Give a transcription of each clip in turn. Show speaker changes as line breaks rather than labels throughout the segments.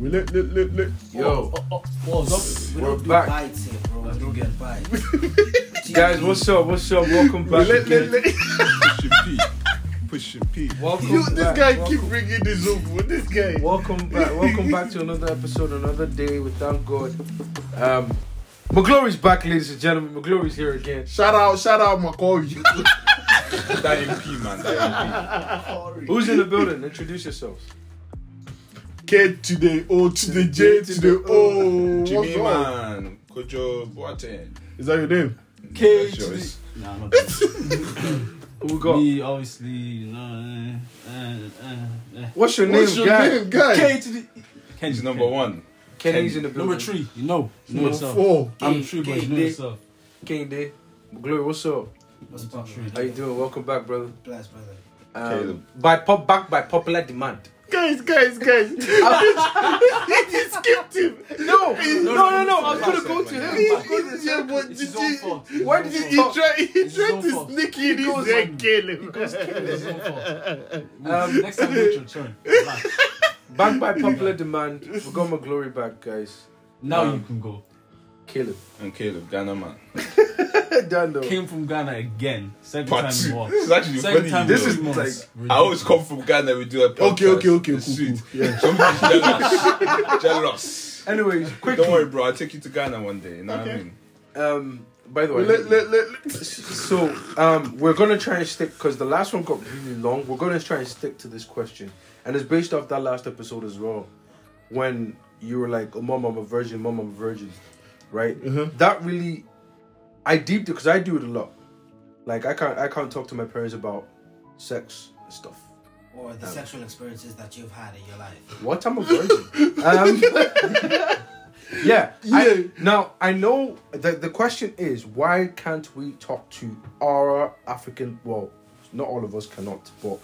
We lit, lit, lit, lit.
Yo,
Oh, oh, oh, Zom-
We're
we don't do
back.
bites here, bro. We don't get bites.
guys, what's up? What's up? Welcome
We
back.
lit,
again.
lit, lit.
Pushing P. Pushing P.
Welcome
Yo, this
back.
guy keep bringing this up. with This guy.
Welcome back. Welcome back to another episode, another day. We thank God. Um, McGlory's back, ladies and gentlemen. McGlory's here again.
Shout out, shout out, Macaulay.
That MP, man. That
Who's in the building? Introduce yourselves.
K to the O to the J to the O.
MP. Jimmy,
What's up?
man. Kojo Boateng.
Is that your name?
K.
That's yours.
Nah, not that.
Who we got?
Me, obviously, you know. Uh, uh, uh, uh.
What's your name,
What's your
guy?
name, guy?
K to the.
He's number one.
Kenny's in the building.
Number three, you know. You know
Number
yourself.
four.
eh. I'm three, but you know
K-
yourself.
King Day. McGlory, what's up?
What's up,
How you doing? Welcome back, brother.
Blast, brother.
Um,
Caleb.
by pop back by popular demand.
Guys, guys, guys. he skipped him.
No, no, no, no. I was gonna go to him.
Yeah, but
It's
did
his own
you?
fault.
Why did you? He
fault.
tried. He
It's his
tried
own
to
fault.
sneak in.
He
He
goes
said,
like-
"Kill him."
It's his own fault.
Um,
Next time, it's your turn. Relax.
back by popular demand. We got McGlory back, guys.
Now
Um,
you can go.
Caleb.
And Caleb, Ghana man.
Dando.
Came from Ghana again. Second
Part
time
two.
in war.
This is actually
Second
funny.
time
This
in
is
three months.
I always come from Ghana. We do a podcast.
Okay, okay, okay.
It's
Cool, cool.
sweet.
Yeah.
Some people jealous. jealous.
Anyways,
Don't worry,
quickly.
bro. I'll take you to Ghana one day. You know what I
Okay.
mean?
Um, by the way.
Let, let, let, let.
So um, we're gonna try and stick because the last one got really long. We're gonna try and stick to this question, and it's based off that last episode as well, when you were like, "Oh, mom, I'm a virgin. Mom, I'm a virgin," right? That really, I deeped it because I do it a lot. Like I can't, I can't talk to my parents about sex and stuff.
or the sexual experiences that you've had in your life.
What I'm a virgin. um, yeah. I-
Yeah.
now I know that the question is why can't we talk to our African? Well, not all of us cannot, but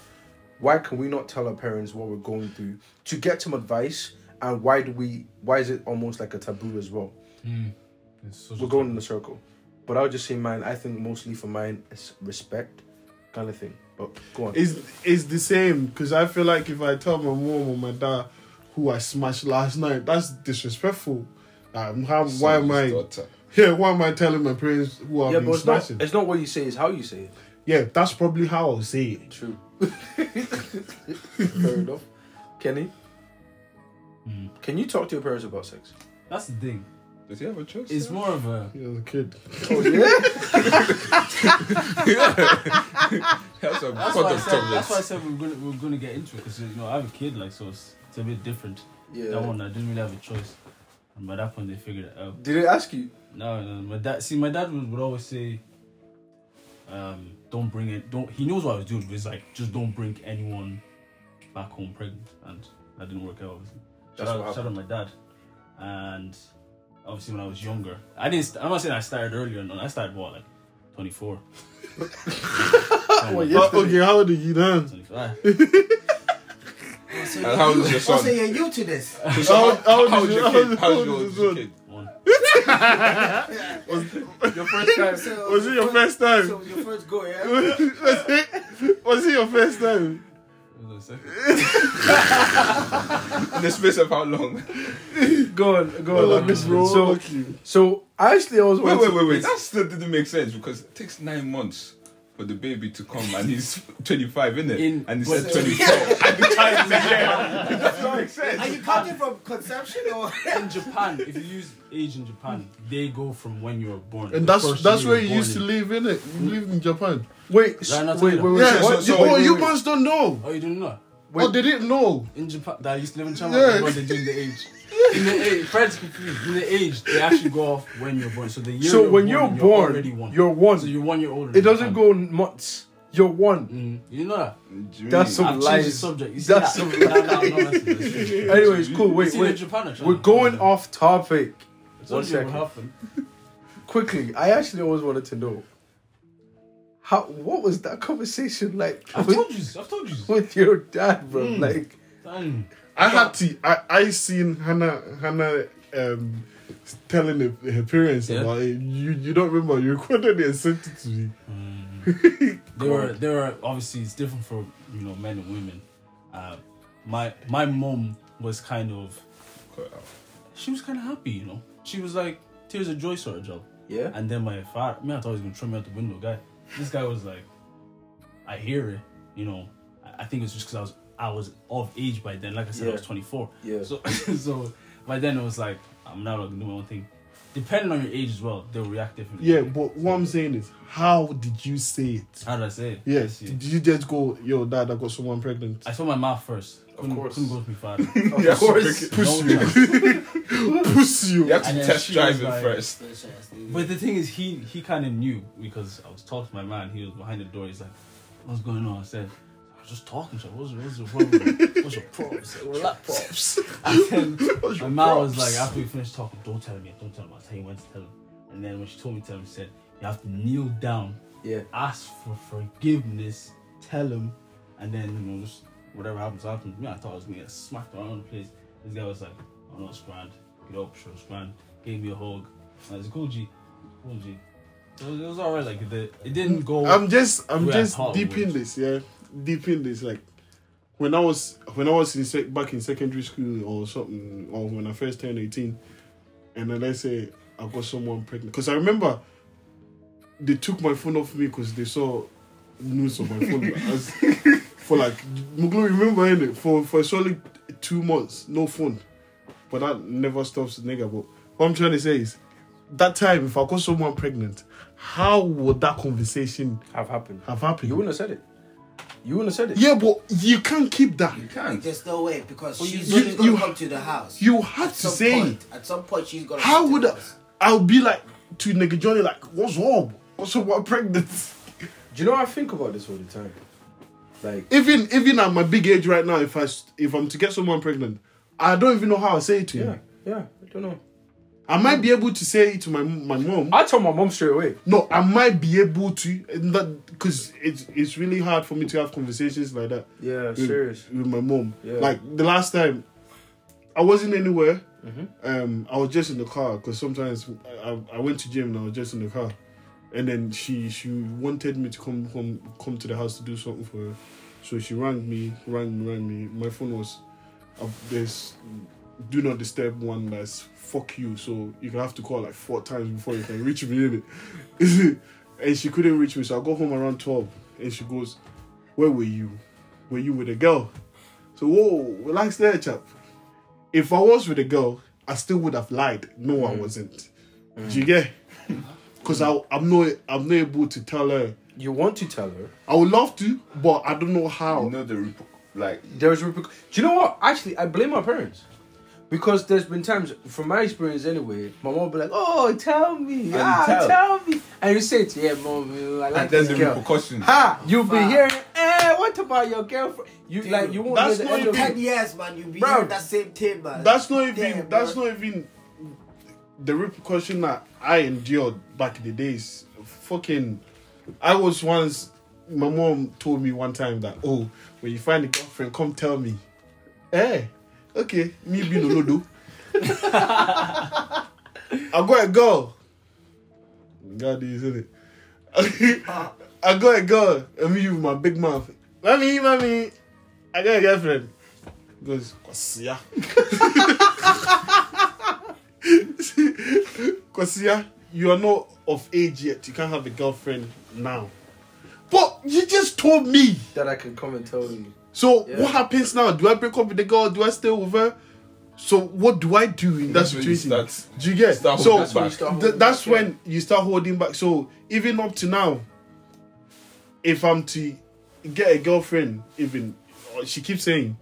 why can we not tell our parents what we're going through to get some advice? And why do we? Why is it almost like a taboo as well?
Hmm.
We're going in a circle, but I'll just say mine. I think mostly for mine, it's respect, kind of thing. But go on.
It's it's the same because I feel like if I tell my mom or my dad who I smashed last night, that's disrespectful. Um, how, why am I?
Son's daughter.
Yeah, why am I telling my parents who I've
yeah,
been
but it's not,
smashing?
it's not what you say; it's how you say it.
Yeah, that's probably how I'll say it.
True. Fair enough. Kenny, can you talk to your parents about sex?
Mm. That's the thing.
Does he have a choice?
It's
Yeah.
more of a.
As a kid,
Oh,
That's a
That's why, I
product
said, that's why I
tablet.
said we we're gonna we we're gonna get into it because you know I have a kid like so it's, it's a bit different.
Yeah.
That one I didn't really have a choice, and by that point they figured it out.
Did they ask you?
No, no, my dad. See, my dad would, would always say, um, "Don't bring it. Don't." He knows what I was doing, but it's like just don't bring anyone back home pregnant, and that didn't work out. Obviously, shout
That's what
out, shout out my dad, and obviously when I was younger, I didn't. st- I'm not saying I started earlier. No, I started what like 24.
Well,
oh, okay, how old are you then?
25.
So
And how old is your son?
Also, you're new to this.
So
How- how old
how old
is
is your
your-
kid?
how
How
old
old
is
is
your
your
son?
kid?
One.
Your first time.
So
Was it your first time?
So your first go, yeah.
was, it, was it your first time?
In the space of how long?
Go on, go on.
Oh, like this, bro.
So,
Fuck you.
so actually, I was
Wait, wait, wait, wait. That still didn't make sense because it takes nine months for the baby to come and he's 25, isn't it?
In-
and he
but-
said 24. and the child is there. It doesn't make
Are
sense.
you counting from conception or?
in Japan, if you use age in Japan, they go from when you were born.
And
the
that's
first
that's
year
where
were
you
born
used to
in.
live, innit? You lived in Japan.
Wait,
Did I not
wait, wait,
tell
wait,
you
Yeah,
wait,
so-
what-
so-
oh,
wait,
you
wait.
must don't know.
Oh, you didn't know
Oh, they didn't know.
in Japan that I used to live in China.
Yeah.
Yeah. They doing the age. In the age, friends confused. In the age, they actually go off when you're born. So the year.
So
you're
when
born,
you're
you're
born,
already one.
you're one.
So you're one year older.
it
than
doesn't
Japan.
go months. You're one.
Mm, you know that.
Jimmy,
That's some
I've changed the
lies.
subject. You see
That's
that?
some
No, no, I'm not messing with this.
Anyways, cool. Wait,
See, in
wait.
Japan, or China?
We're going off topic.
It's
One
only what
second.
happened.
Quickly, I actually always wanted to know. How? What was that conversation like?
I've told you. I've told you.
with your dad, bro. Like,
Done.
I had to. I I seen Hannah Hannah um telling her, her parents
Yeah.
about it. You you don't remember? You recorded it and sent it to me.
They were, they were obviously it's different for you know men and women. Uh, my my mom was kind of
cut out.
She was kind of happy, you know. She was like tears of joy sort of job.
Yeah.
And then my father, man, I thought he was gonna throw me out the window, guy. This guy was like, I hear it, you know. I, I think it's just because I was I was of age by then. Like I said, I was
Yeah.
24.
Yeah.
So so by then it was like I'm now gonna do my own thing. Depending on your age as well, they'll react differently.
Yeah, but what I'm saying is, how did you say it?
How did I say it?
Yes.
Yeah.
Did you just go, yo, dad, I got someone pregnant?
I saw my mouth first. Couldn't,
course.
Couldn't go to my father.
Of course.
Push
No
you.
chance.
Push you.
You have to
And then
test
she
drive
was
it
like-
first.
But the thing is, he he kind of knew because I was talking to my man. He was behind the door. He's like, "What's going on?" I said, "I was just talking to her. What's, what's your problem? What's your problem?" I said, "Relax." And then my man was like, after we finished talking, "Don't tell him yet. Don't tell him. I'll tell you when to tell him." And then when she told me to tell him, she said, "You have to kneel down,
Yeah.
ask for forgiveness, tell him, and then you know just whatever happens happens." Me, I thought I was gonna get smacked around the place. This guy was like, "Oh no, it's grand. Get up, sure, it's grand." Gave me a hug. I was like, "Cool, G." Cool, G. It was, it was alright. Like the, it didn't go.
I'm just I'm
We're
just
at Harvard.
deep in this, yeah. Deep in this. Like when I was when I was in sec- back in secondary school or something, or when I first turned 18, and then let's say I got someone pregnant. Because I remember they took my phone off me because they saw news on my phone as, for like Muglu remember innit? For for solid two months, no phone. But that never stops the nigga. But what I'm trying to say is that time if I got someone pregnant, how would that conversation
Have happened.
have happened.
You wouldn't have said it. You wouldn't have said it.
yeah, but you can't keep that.
You can't.
There's no way because
you-
she's
you-
only gonna
you-
come to the house.
You had
At
to
some
say. it.
point, at some point she's gonna.
How
come to
would
the
I?
house.
I'll be like to nigga Johnny like, what's wrong? What's up? What pregnant?
Do you know I think about this all the time? Like
Even even at my big age right now, if I s- if I'm to get someone pregnant, I don't even know how I say it to
yeah,
him.
yeah, I don't know.
I might be able to say it to my my mom.
I told my mom straight away.
No, I might be able to, and that because it's it's really hard for me to have conversations like that.
Yeah,
with,
serious.
with my mom.
Yeah.
Like the last time, I wasn't anywhere.
Mm-hmm.
Um, I was just in the car because sometimes I, I- I went to gym and I was just in the car, and then she she wanted me to come home, come to the house to do something for her, so she rang me, rang me, rang me. My phone was up this do not disturb one that's fuck you, so you can have to call like four times before you can reach me in it. and she couldn't reach me, so I go home around twelve, and she goes, "Where were you? Were you with a girl?" So whoa, relax there, chap. If I was with a girl, I still would have lied. No, I wasn't. Do you get? Because I'm not, I'm not able to tell her.
You want to tell her?
I would love to, but I don't know how.
You know the repo- like
There's reperc- Do you know what? Actually, I blame my parents because there's been times, from my experience anyway, my mom be like, "Oh, tell me,
you
ah, tell.
tell.
me," and you say, it, "Yeah, mom, you know, I like
and there's
this
the
girl."
repercussions.
Ha! You've been
Fuck.
hearing, eh? What about your girlfriend? You
Dude,
like you won't
that's
hear the
not
end of
even-
it.
Ten years, man. You be
Bro.
hearing that same thing, man.
That's not even.
Damn, bro.
that's not even the repercussion that I endured back in the days. Fucking, I was once. My mom told me one time that oh, when you find a girlfriend, come tell me. Eh, okay, me being Olodo. I got a girl. God, you said it. I got a girl. I mean, you with my big mouth. Mommy, mommy, I got a girlfriend. He goes, Kwasia. Kwasia, you are not of age yet. You can't have a girlfriend now. But you just told me.
that I can come and tell you.
So
Yeah.
what happens now? Do I break up with the girl? Do I stay with her? So what do I do in that
That's when you
situation?
start-
do you get?
start
so
holding
Start
back.
th-
holding
that's
back, yeah.
when you start holding back. So even up to now, if I'm to get a girlfriend, even or she keeps saying,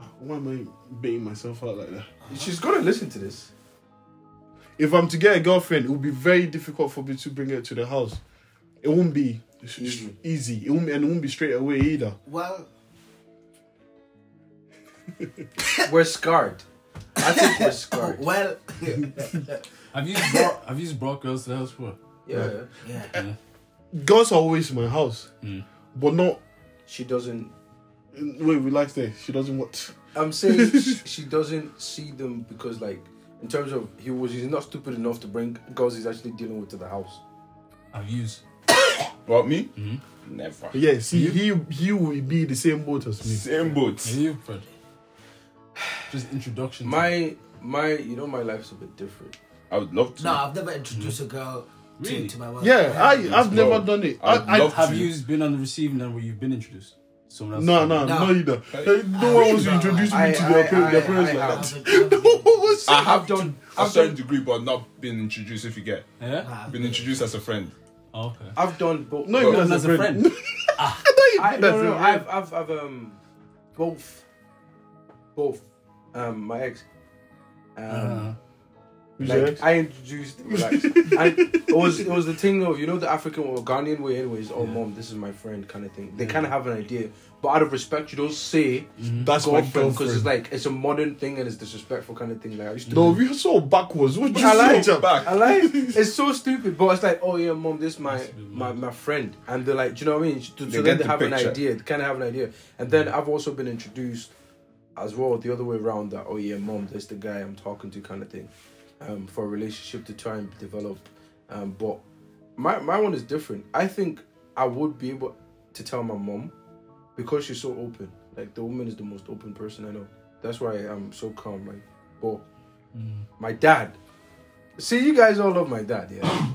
"Ah, "Why am I baiting myself out like that?"
Uh-huh. She's gonna listen to this.
If I'm to get a girlfriend, it would be very difficult for me to bring her to the house. It won't be s- easy.
Easy.
It won't, and it won't be straight away either.
well.
We're scarred. I think we're scarred.
Well,
I've used bro- I've used brought girls to the house before.
Yeah,
yeah.
Girls are always in my house,
Mm.
but not mm,
she doesn't.
Wait, relax there. She doesn't want.
I'm saying she, she doesn't see them because, like, in terms of he was, he's not stupid enough to bring girls he's actually dealing with to the house.
I've used.
About me? Never.
Yeah, see, he he will be the same boat as me.
Mm-hmm.
Same boat.
Have you, Fred? just introduction. to-
My my, you know, my life's a bit different.
I would love to.
No, I've never introduced a girl to,
Really?
to my wife.
Yeah, I I've
No.
never done it.
I'd
I, I,
love
have
to-
you been on the receiving end where you've been introduced? Someone else.
no, no,
No.
no, either. Uh, No one wants to introduce me
I-
to their,
I-
par- their
I-
parents
I
like
I
that.
haven't-
what was
I
that?
have
done-
done a certain degree, but not been introduced. If you get
Yeah.
Nah,
been introduced as a friend,
Oh, okay.
I've done both.
Not
No,
even as
that's
a
a
friend.
friend.
I,
Not even as
no, no, no,
a friend.
I've, I've, I've, um, both, both, um, my ex, um,
Uh,
Who's
like,
your ex?
I introduced, relax. and it was, it was the thing of, you know, the African or Ghanaian way anyways, oh, mom, this is my friend kind of thing. They kind of have an idea, but out of respect, you don't say
That's my
girlfriend because
girlfriend.
it's like, it's a modern thing and it's disrespectful kind of thing. Like, I used to
No, we are so backwards. What
But
you
I
say,
like-
Jam?
back.
I like it's so stupid, but it's like, oh yeah, mom, this my
Must be
my,
mad.
my friend, and they're like, do you know what I mean? So
They
then they
get the
have an
picture.
idea, they kind of have an idea, and then I've also been introduced as well the other way around that, oh yeah, mom, there's the guy I'm talking to, kind of thing, um, for a relationship to try and develop, um, but my my one is different. I think I would be able to tell my mom because she's so open. Like the woman is the most open person I know. That's why I'm so calm. Like, but
hmm.
my dad. See, you guys all love my dad, yeah.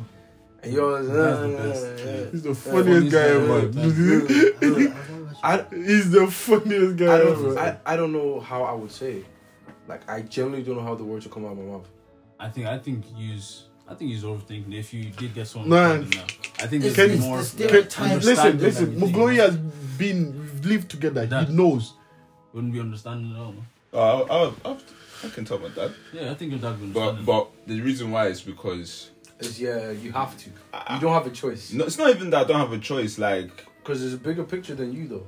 and yours.
That's the
uh,
best,
uh,
yeah.
He's the
Funny
funniest guy ever.
I don't- I don't watch it.
I,
He's the funniest guy
I
ever.
don't I, I don't know how I would say. It. Like I genuinely don't know how the words will come out of my mouth.
I think I think use I think he's overthinking. If you did get someone,
Nah.
to come in now. I think
It's-
it's,
it's
more.
the stereotype.
listen,
understanding than
listen.
you think.
Mugloy has been we've lived together.
That-
He knows.
wouldn't be understanding at all. no?
Oh, I, I, I, I can tell my dad,
Yeah, I think your dad would
but
understand.
but the reason why is because
It's, yeah, you have to. You don't have a choice
no, it's not even that I don't have a choice. Like
because there's a bigger picture than you though.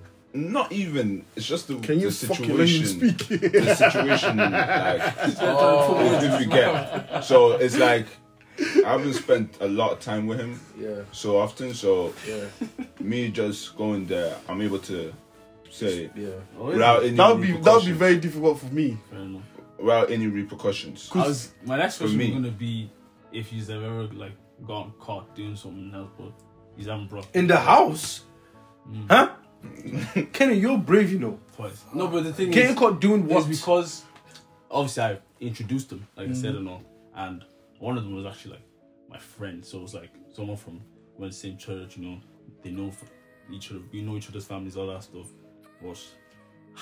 not even. It's just the,
Can you
the
fucking when you
situation.
speak?
the situation like
Oh.
if you get. So it's like I haven't spent a lot of time with him
Yeah,
so often. So
yeah,
me just going there, I'm able to say
yeah.
Oh, yeah.
without any
that would be that would be
repercussions-
very difficult for me.
Fair enough.
without any repercussions.
I was, my next
For
question was
me.
gonna be if he's ever like gotten caught doing something else, but he's haven't brought
In the house, huh? Kenny, you're brave, you know.
twice. No, but the thing
Getting
is,
caught doing
is
what?
because obviously I introduced them, like I
Mm-hmm.
said and all, and one of them was actually like my friend, so it was like someone from went to the same church, you know, they know f- each other, we know each other's families, all that stuff. But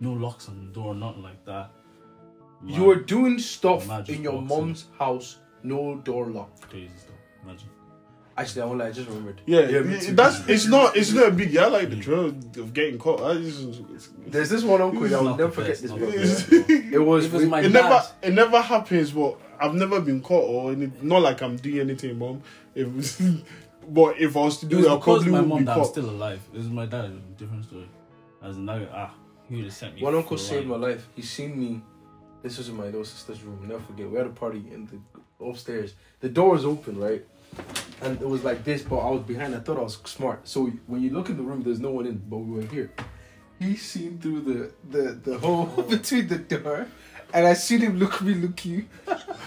no locks on the door, nothing like that. Man,
You were doing stuff
Magic
in your
box,
mom's house, no door lock.
crazy stuff. Imagine.
Actually, I won't lie, I just remembered.
Yeah,
me too.
that's it's not it's not a big. I like the thrill of getting caught. I just, it's,
There's this one uncle that I will
Not the
never forget
best,
this.
not
bro.
the best, bro.
It was,
If it was my
it
dad-
never it never happens. But I've never been caught or any, not like I'm doing anything, mom. If but if I was to
It
do
was
it, I
because
probably
my
would
mom
be
that I'm
caught.
still alive. It was my dad. It was a different story. As in that, ah, he would have sent me.
one uncle saved
flying.
my life. He seen me. This was in my little sister's room. Never forget. We had a party in the upstairs. The door was open, right? And it was like this, but I was behind. I thought I was smart. So when you look in the room, there's no one in, but we were here. He seen through the the the hole between the door, and I seen him look me, look you.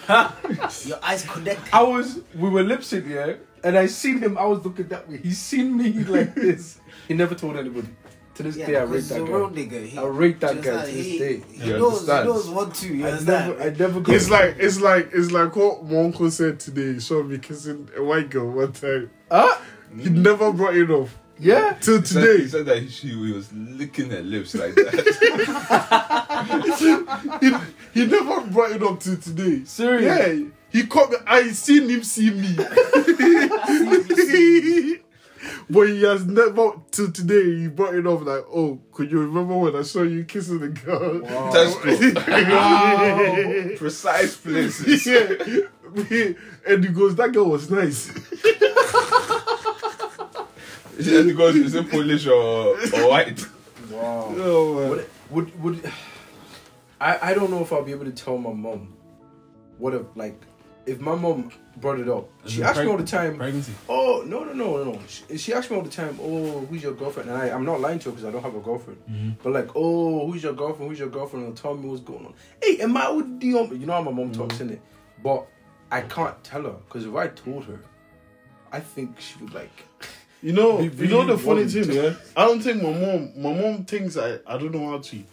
Your eyes connect.
I was we were lip sync, yeah, and I seen him. I was looking that way. He seen me like this. He never told anybody. To this
Yeah,
day, I
because
rate
he's a
that
road
guy.
nigga. He-
I rate that
just
guy
like
to this
he-
day.
He
You
knows, he
understand?
knows what to. You
I
understand?
never, I never. Go
It's like it's like it's like what my uncle said today. He saw me kissing a white girl one time.
Huh?
He never brought it up
yeah.
till
He said, he
today.
said that he, she he was licking her lips like that.
he, he never brought it up till today.
Serious?
Yeah. He caught me. I seen him see me. but he has never till today he brought it up like, oh, could you remember when I saw you kissing the girl?
That's cool.
yeah.
Precise places.
And he goes, that girl was nice.
Is it because is it Polish or, or white?
Wow.
Oh, man.
Would would, would I, I don't know if I'll be able to tell my mom what if like if my mom brought it up.
As
She
in
asked me
preg-
all the time.
Pregnancy.
Oh no no no no no! She, she asked me all the time. Oh, who's your girlfriend? And I, I'm not lying to her because I don't have a girlfriend. But like, oh, who's your girlfriend? Who's your girlfriend? And tell me what's going on. Hey, am I with the um-" You know how my mom talks in it, but I can't tell her because if I told her, I think she would like.
You know,
We
you know the
really
funny
want
thing, yeah. I don't think my mom. My mom thinks I. I don't know how to.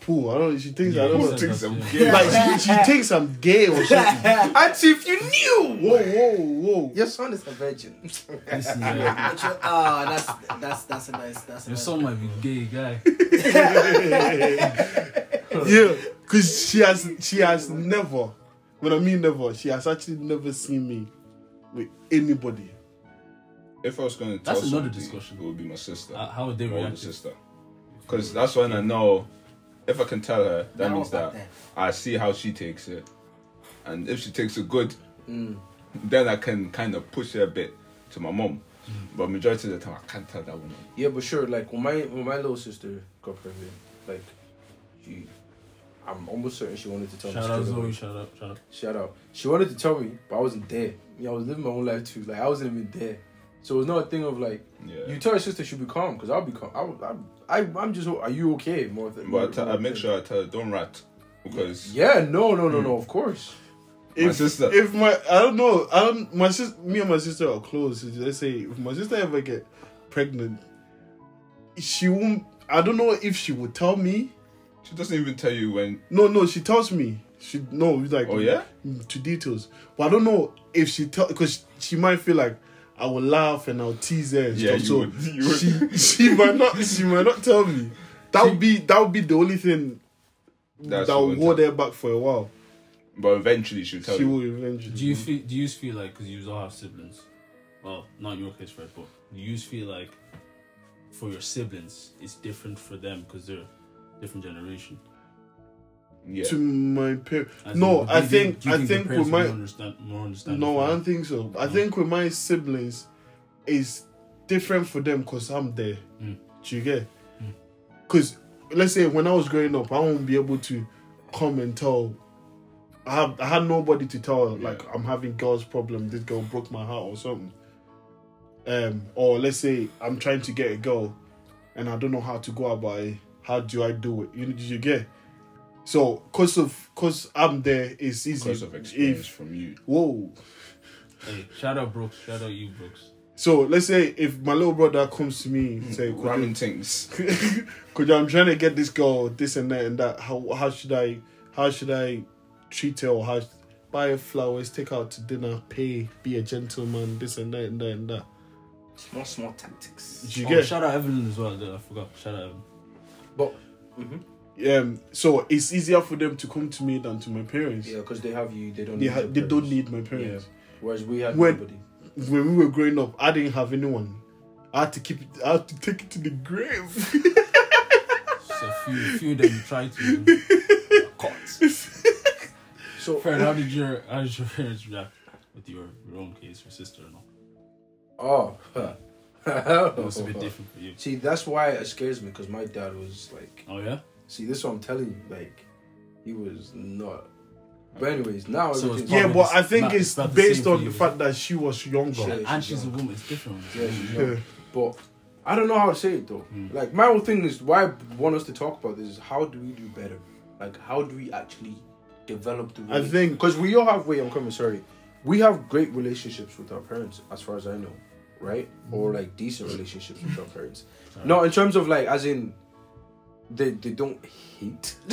pool. I don't. She thinks I
Yeah,
don't.
he
know.
said
thinks
that,
I'm
yeah.
gay?
Like she, she thinks I'm gay or something.
Auntie, if you knew,
whoa, whoa, whoa.
your son is a virgin.
Listen, yeah,
But you- oh, that's that's that's a nice that's a
your
nice.
son might be gay guy.
Yeah, because she has she has never. When I mean never, she has actually never seen me with anybody.
If I was going to tell
That's another
somebody,
discussion.
it would be my sister.
Uh, how would they
my older
react?
sister. Because that's when I know if I can tell her, that
Now
means
about
that
that.
I see how she takes it. And if she takes it good,
Mm.
then I can kind of push her a bit to my mom. But majority of the time, I can't tell that woman.
Yeah, but sure, like when my when my little sister got pregnant, like she, I'm almost certain she wanted to tell
Shout
me.
out
straight away.
Zoe, shout out, shout out.
Shout out. She wanted to tell me, but I wasn't there. Yeah, I was living my own life too. Like I wasn't even there. So it's not a thing of like
Yeah.
you tell your sister she'll be calm because I'll be calm. I, I, I, I'm just. Are you okay? More than.
but I, tell-
more
I make
than-
sure I tell her, don't rat. Because
Yeah. No. No. No.
Mm.
No. Of course.
My sister.
If my I don't know. I don't. My sis, me and my sister are close. Let's say if my sister ever get pregnant, she won't. I don't know if she would tell me.
she doesn't even tell you when.
No, no, she tells me. She no, like
Oh, yeah?
Mm, to details. But I don't know if she tell because she might feel like I will laugh and I'll tease her. And
Yeah,
stuff.
you
so
would- you would.
she she might not she might not tell me. That would be that would be the only thing
That's
that will
what-
hold her back for a while.
But eventually, she'll tell
She
you.
will eventually.
Do you feel? Do you feel like because you all have siblings? Well, not in your case, Fred, but do you feel like for your siblings it's different for them because they're different generation?
Yeah.
to my parents?
As in,
No,
would
I
they be-
think,
do you
I
their
think with
parents
my
would understand more understand.
no, I don't think so.
Mm.
I think with my siblings, it's different for them because I'm there.
Mm.
Do you get?
Mm.
Because let's say when I was growing up, I won't be able to come and tell. I have I had nobody to tell like I'm having girls problem. This girl broke my heart or something. Um, or let's say I'm trying to get a girl, and I don't know how to go about it. How do I do it? You know, did you get? So, cause of cause I'm there, it's easy.
Because of experience
If-
from you.
whoa,
Hey, shout out Brooks. Shout out you, Brooks.
so let's say if my little brother comes to me
Mm,
and say, could
Ramming
you,
things.
could you- I'm trying to get this girl, this and that and that. How how should I how should I treat her or how buy her flowers, take her out to dinner, pay, be a gentleman, this and that and that and that.
Small small tactics.
Did you
Oh,
get?
shout out Evelyn as well. though, I forgot. Shout out. Evelyn.
But
Um, so it's easier for them to come to me than to my parents.
yeah, because they have you. They don't.
They
need
ha-
their
they don't
parents.
need my parents.
Whereas we had
When-
nobody.
When we were growing up, I didn't have anyone. I had to keep it. I had to take it to the grave.
So few, few of them try to caught.
So
Fred, how did your how did your parents react with your, your own case, your sister and all?
Oh. huh.
It
Oh,
was a bit different for you.
See, that's why it scares me because my dad was like,
Oh yeah.
see, this is what I'm telling you, like, he was not. But anyways, now
So
everything's
it's
yeah,
Probably
but
it's
I think
not-
it's
it's not the
based
same for
on the
you,
fact that she was younger.
Yeah,
and
she's
she's a
young.
woman. It's different.
Yeah, she's
Yeah.
young. But I don't know how to say it though.
Hmm.
Like my whole thing is why I want us to talk about this is how do we do better? Like how do we actually develop the?
I think-
because we all have. Wait, I'm coming. Sorry, we have great relationships with our parents, as far as I know, right?
Hmm.
Or like decent relationships with our parents. No, in terms of like, as in, they they don't hate.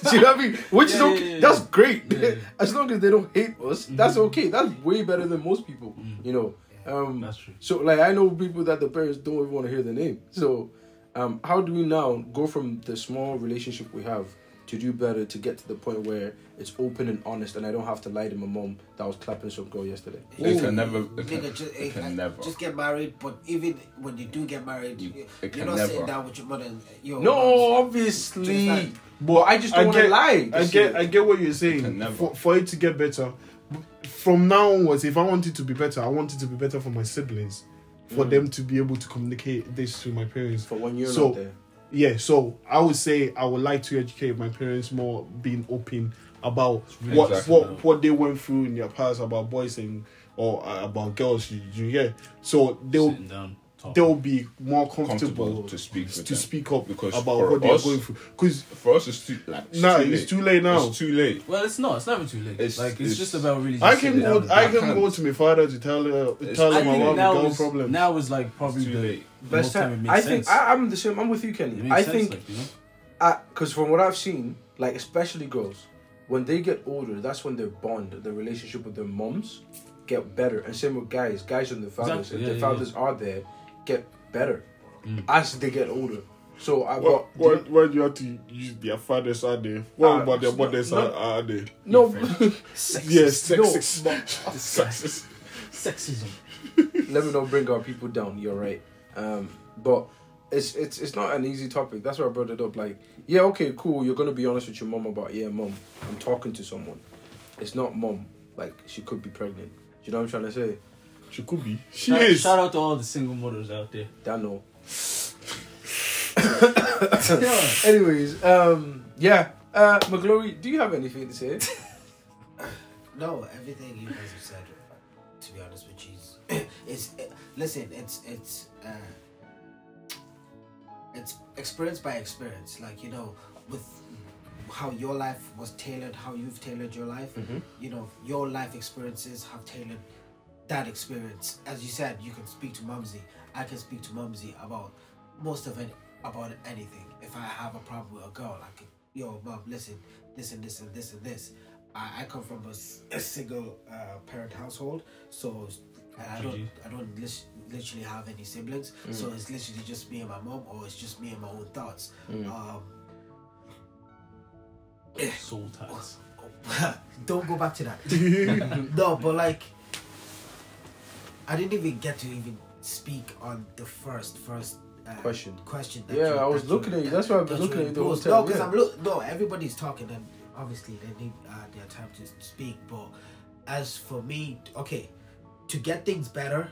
Do you know what I mean? Which is
Yeah, yeah,
okay.
yeah, yeah.
That's great.
Yeah. Mm-hmm.
as long as they don't hate us, that's okay. That's way better than most people.
Mm.
You know. Um,
That's true.
so like I know people that the parents don't even want to hear the name. So um, how do we now go from the small relationship we have to do better to get to the point where it's open and honest and I don't have to lie to my mom that I was clapping some girl yesterday.
They can never. They can,
Nigga, just,
they can never.
just get married, but even when you do get married,
You-
you,
it
you're
can
not sitting
never.
down with your mother. And, your
No,
mom's-
obviously.
Just
But I just don't want to lie.
I get, I get what you're saying.
Can never.
For, for it to get better, from now onwards, if I want it to be better, I want it to be better for my siblings, for
Mm.
them to be able to communicate this to my parents.
for when you're
so,
not there.
Yeah, so I would say I would like to educate my parents more, being open about
really
what
Exactly.
what what they went through in their past about boys and or uh, about girls. You, you yeah, so they'll
Sitting down. Talking.
they'll be more
comfortable
comfortable,
to speak with
to
them.
speak up
Because
about
for
what they're
us-
going through. Because
For us, it's too like. It's
nah,
too
it's
late.
too late now.
It's too late.
Well, it's not. It's never too late.
It's-
like it's,
it's-
just about really.
I
Just
can
sitting
go.
down.
I
I
can
can't.
go to my father to tell her, tell
I
him about
think
my
now
girl
is,
problem.
now is like probably
It's too
the
late.
the
Best
most time.
time.
it makes
I
sense.
think I, I'm the same. I'm with you,
It
Kenny.
makes
I
sense,
think
like, you know?
because from what I've seen, like especially girls, when they get older, that's when their bond, their relationship with their moms, get better. And same with guys, guys and their fathers,
Exactly,
if
yeah,
their
yeah, Mm.
fathers are there, get better as they get older. So I
Why,
got
why, why do you have to use their fathers are there? What
Ah,
about their
no,
mothers
no.
are, are there?
no,
Yes,
no,
sexist.
but-
Sexist.
Sexism.
let me not bring our people down. You're right, um, but it's it's it's not an easy topic. That's why I brought it up. Like, yeah, okay, cool. You're gonna be honest with your mom about yeah, mom. I'm talking to someone. It's not mom. Like, she could be pregnant. Do you know what I'm trying to say?
She could be. She
Shout,
is.
shout out to all the single mothers out there.
Dano.
Yeah.
Anyways, um, yeah. Uh, McGlory, do you have anything to say?
No, everything you guys have said, to be honest with you, is it, listen. It's it's uh, it's experience by experience. Like you know, with how your life was tailored, how you've tailored your life. You know, your life experiences have tailored that experience. As you said, you can speak to Mumsy. I can speak to Mumsy about most of it, about anything. If I have a problem with a girl, I can, yo, mom, listen, this and this and this and this. I, I come from a, s- a single uh, parent household, so and I don't,
GG.
I don't lis- literally have any siblings. So it's literally just me and my mom, or it's just me and my own thoughts.
Mm.
Um,
Soul ties.
don't go back to that. no, but like, I didn't even get to even speak on the first first uh,
Question.
Question.
Yeah, I was looking at you. That's why I was
that you
looking at you the whole
imposed.
time,
No, because
yeah.
I'm look. No, everybody's talking, and obviously they need uh, their time to speak. But as for me, okay, to get things better,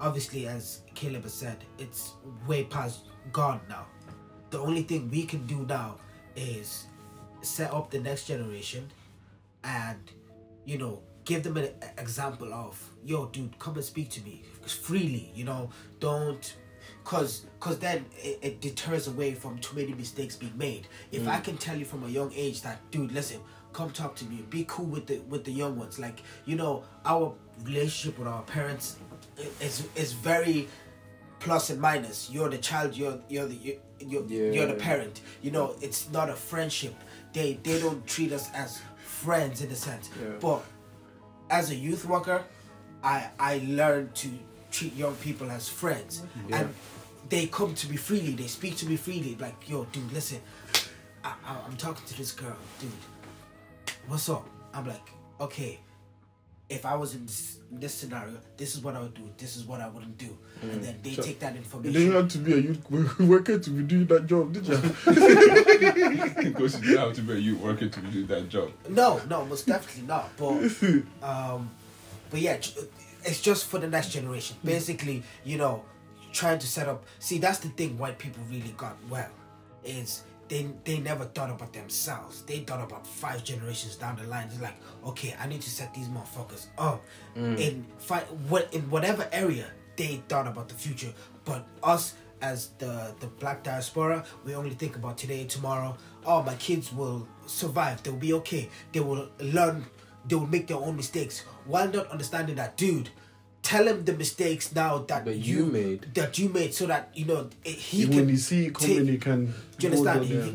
obviously, as Caleb has said, it's way past gone now. The only thing we can do now is set up the next generation and you know give them an e- example of yo dude come and speak to me freely you know don't cause cause then it, it deters away from too many mistakes being made if i can tell you from a young age that dude listen come talk to me be cool with the with the young ones like you know our relationship with our parents i- is is very plus and minus you're the child you're you're the you're, you're, you're the
Yeah.
parent you know it's not a friendship they they don't treat us as friends in a sense
Yeah.
but as a youth worker, I I learned to treat young people as friends, and they come to me freely. They speak to me freely. Like, yo, dude, listen, I, I, I'm talking to this girl, dude. What's up? I'm like, okay. If I was in this, this scenario, this is what I would do. This is what I wouldn't do, and then they take that
You didn't
information.
have to be a youth worker to be doing that job, did you?
because you don't have to be a youth worker to do that job.
No, no, most definitely not. But, um, but yeah, j- uh, it's just for the next generation. Basically, you know, trying to set up. See, that's the thing. White people really got well is they they never thought about themselves. They thought about five generations down the line. It's like, okay, I need to set these motherfuckers up in fight what in whatever area they thought about the future. But us as the the black diaspora, we only think about today, tomorrow. Oh, my kids will survive. They'll be okay. They will learn. They will make their own mistakes while not understanding that, dude. Tell him the mistakes now that,
That
you,
you made.
that you made, so that you know it, he
when
can
you see it coming,
take-
you can.
do you
go
understand?
down
He-
there.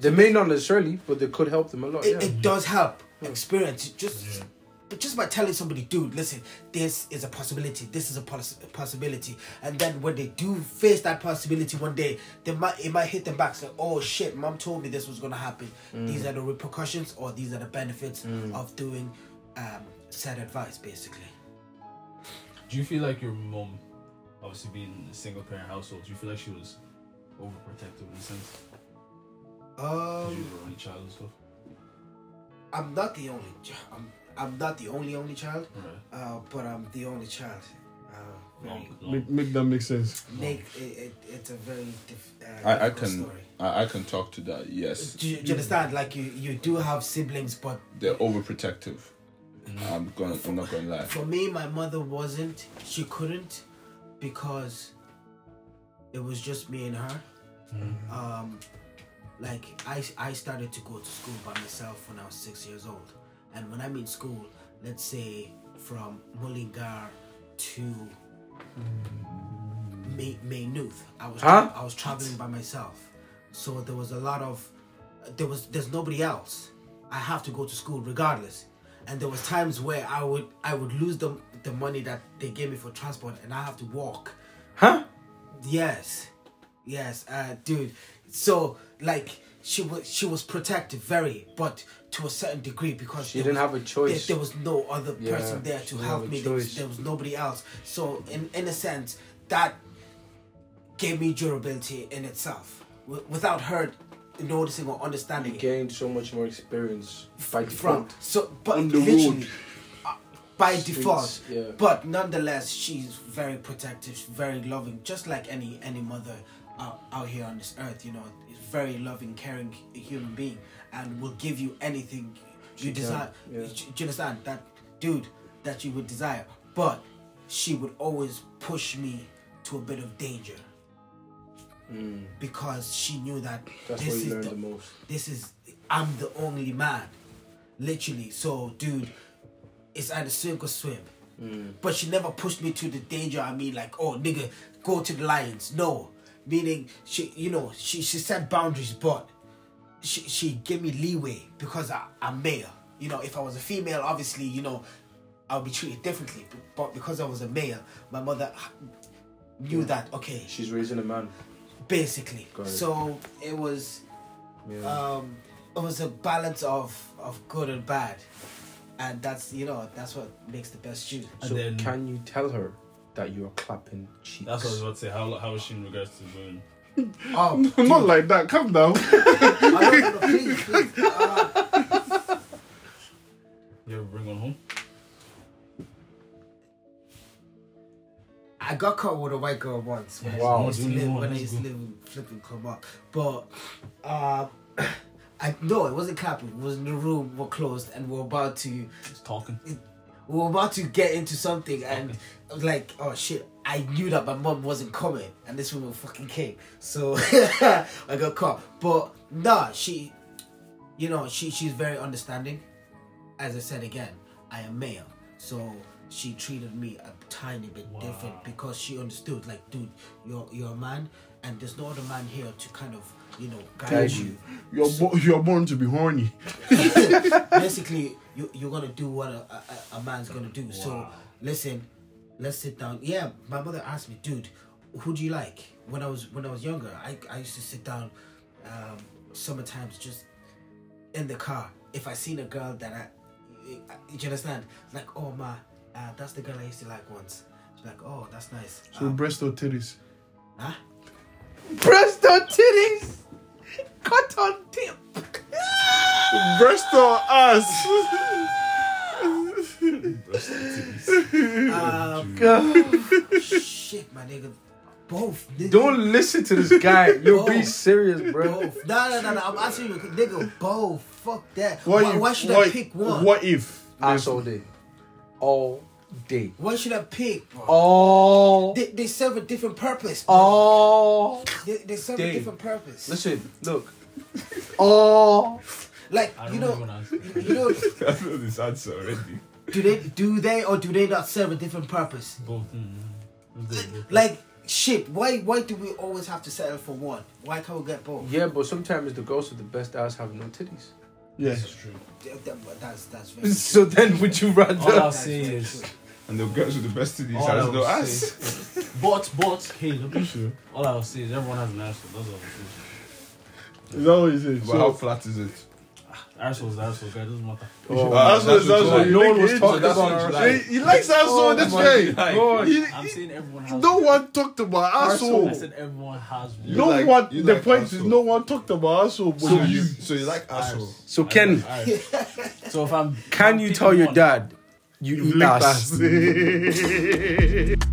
They may not necessarily, but they could help them a lot.
it,
Oh, yeah.
it does help experience It just but just by telling somebody dude listen this is a possibility this is a poss- possibility and then when they do face that possibility one day they might it might hit them back say oh shit mom told me this was gonna happen
Mm.
these are the repercussions or these are the benefits of doing um said advice basically
Do you feel like your mom, obviously being in a single parent household, do you feel like she was overprotective in a sense? Because you
um
were the only child and stuff?
i'm not the only ch- i'm i'm not the only only child
Alright.
uh but i'm the only child uh very-
Long, long.
Make, make that make sense.
Nick, it, it, it's a very diff, uh,
I, I
difficult
can
story.
I, I can talk to that. Yes,
Do you, do you understand? Like you, you do have siblings, but
they're overprotective.
Mm-hmm.
I'm gonna I'm not gonna lie.
for me, my mother wasn't. She couldn't because it was just me and her. Um, like I, I started to go to school by myself when I was six years old, and when I mean school, let's say from Mullingar to May Maynooth, I was
Huh?
I was traveling by myself. So there was a lot of there was there's nobody else. I have to go to school regardless. And there was times where I would I would lose the the money that they gave me for transport and I have to walk.
Huh?
Yes, yes, uh, dude. So like she was she was protective, very, but to a certain degree because
She
there
didn't
was-
have a choice.
There, there was no other
Yeah,
person there
she
to
didn't
help
have a
me. There was,
choice.
there was nobody else. So in in a sense, that gave me durability in itself. W- without her noticing or understanding,
You gained so much more experience by
from
default.
so but
On the
literally
road.
uh, by
Streets,
default
yeah.
but nonetheless she's very protective very loving just like any any mother out, out here on this earth you know is very loving caring human being and will give you anything you
can,
desire
yeah.
do you understand that dude that you would desire but she would always push me to a bit of danger because she knew that
Mm. That's
this
where you
is
learn the most.
this is I'm the only man, literally. So, dude, it's either sink or swim. But she never pushed me to the danger. I mean, like, oh, nigga, go to the lions. No, meaning she, you know, she she set boundaries, but she she gave me leeway because I, I'm male. You know, if I was a female, obviously, you know, I'll be treated differently. But because I was a male, my mother knew that. Okay,
She's raising a man.
basically.
Got it.
So it was
Yeah.
um, it was a balance of of good and bad, and that's you know that's what makes the best shoe.
And
so
then-
can you tell her that you are clapping cheeks?
That's what I was about to say. How how is she in regards to women?
Oh,
Not like that. Calm down.
oh, no, no, please, please. Uh,
You ever bring one home?
I got caught with a white girl once when
Wow.
I used to
Only
live,
one,
when I
that's
used to
good.
live in flipping club up, but uh, I no, it wasn't clapping. It was in the room. We're closed and we're about to.
It's talking.
we were about to get into something and I was like, oh shit, I knew that my mom wasn't coming and this woman fucking came. So I got caught. But nah, she you know, she she's very understanding. As I said again, I am male. So she treated me a tiny bit different because she understood like dude, you're you're a man and there's no other man here to kind of, you know, guide,
Guide
you.
you.
You're bo- you're born to be horny.
basically you, you're gonna do what a, a, a man's gonna do so listen let's sit down yeah my mother asked me dude who do you like when i was when i was younger i, I used to sit down um sometimes just in the car if i seen a girl that i, I do you understand like oh ma uh, that's the girl i used to like once She's like oh that's nice
So
Um,
breast or titties.
huh?
Breast on titties, cut on tip.
Breast or ass.
Um, shit my nigga both nigga.
Don't listen to this guy. Yo,
Oh.
be serious, bro.
both. No, no, no, no. I'm asking you, nigga, both. Fuck that.
What
why,
if-
why should I
what-
pick one?
What if?
Ass all day, all day,
Why should I pick? bro?
all,
They, they serve a different purpose. bro.
Oh.
all.
They, they serve a
day.
different purpose.
Listen, look, all.
like
I don't
you
really
know,
want to answer.
you know,
I know this answer already.
do they do they or do they not serve a different purpose?
Both. mm, mm. Both, both.
Like shit. Why why do we always have to settle for one? Why can't we get both?
Yeah, but sometimes the girls with the best ass have no titties.
Yeah.
This is true.
Th- th- That's that's very.
So then, would you rather?
All I'll
that's
say
very
is,
true.
And the girls with the best titties
All I
has
would
no
say-
ass.
but but Caleb.
Sure.
All I'll say is everyone has an asshole. That's all. I'm
Is that what you say?
But
So-
how flat is it?
Assholes, assholes, guy doesn't matter.
Oh,
Uh,
That's what-
that's
that's
what
what you
like.
you
No
like
one was
it.
talking
That's
about
what you
it.
like. He likes asshole,
Oh
this
my
guy.
God.
He-
I'm saying everyone
he-
has.
No one talked about
Asshole.
I
asshole.
said everyone has.
You
No
like-
one.
you
The
like
point is,
asshole.
no one talked about asshole. But
So
you-
you, so you like asshole?
So Ken,
Alright. So if I'm,
can
I'm
you
picking
tell your
one,
dad you eat
licked
ass?
ass.